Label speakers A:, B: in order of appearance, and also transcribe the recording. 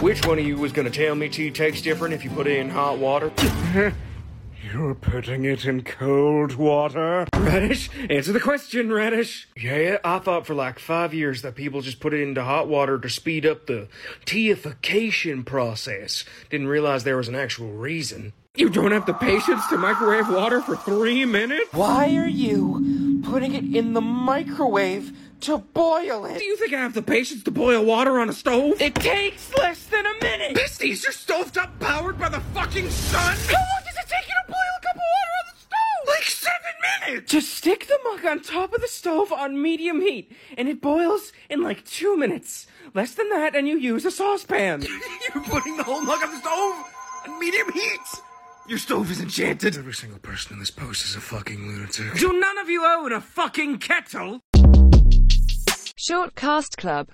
A: Which one of you was gonna tell me tea tastes different if you put it in hot water?
B: You're putting it in cold water?
A: Radish, answer the question, Radish. Yeah, I thought for like five years that people just put it into hot water to speed up the teaification process. Didn't realize there was an actual reason.
B: You don't have the patience to microwave water for three minutes?
C: Why are you putting it in the microwave to boil it?
B: Do you think I have the patience to boil water on a stove?
C: It takes less than a minute!
B: Besties, your stove's not powered by the fucking sun!
C: How long does it take you to boil a cup of water on the stove?
B: Like seven minutes!
C: Just stick the mug on top of the stove on medium heat, and it boils in like two minutes. Less than that, and you use a saucepan.
B: You're putting the whole mug on the stove on medium heat! Your stove is enchanted!
A: Every single person in this post is a fucking lunatic.
C: Do none of you own a fucking kettle?
D: Shortcast Club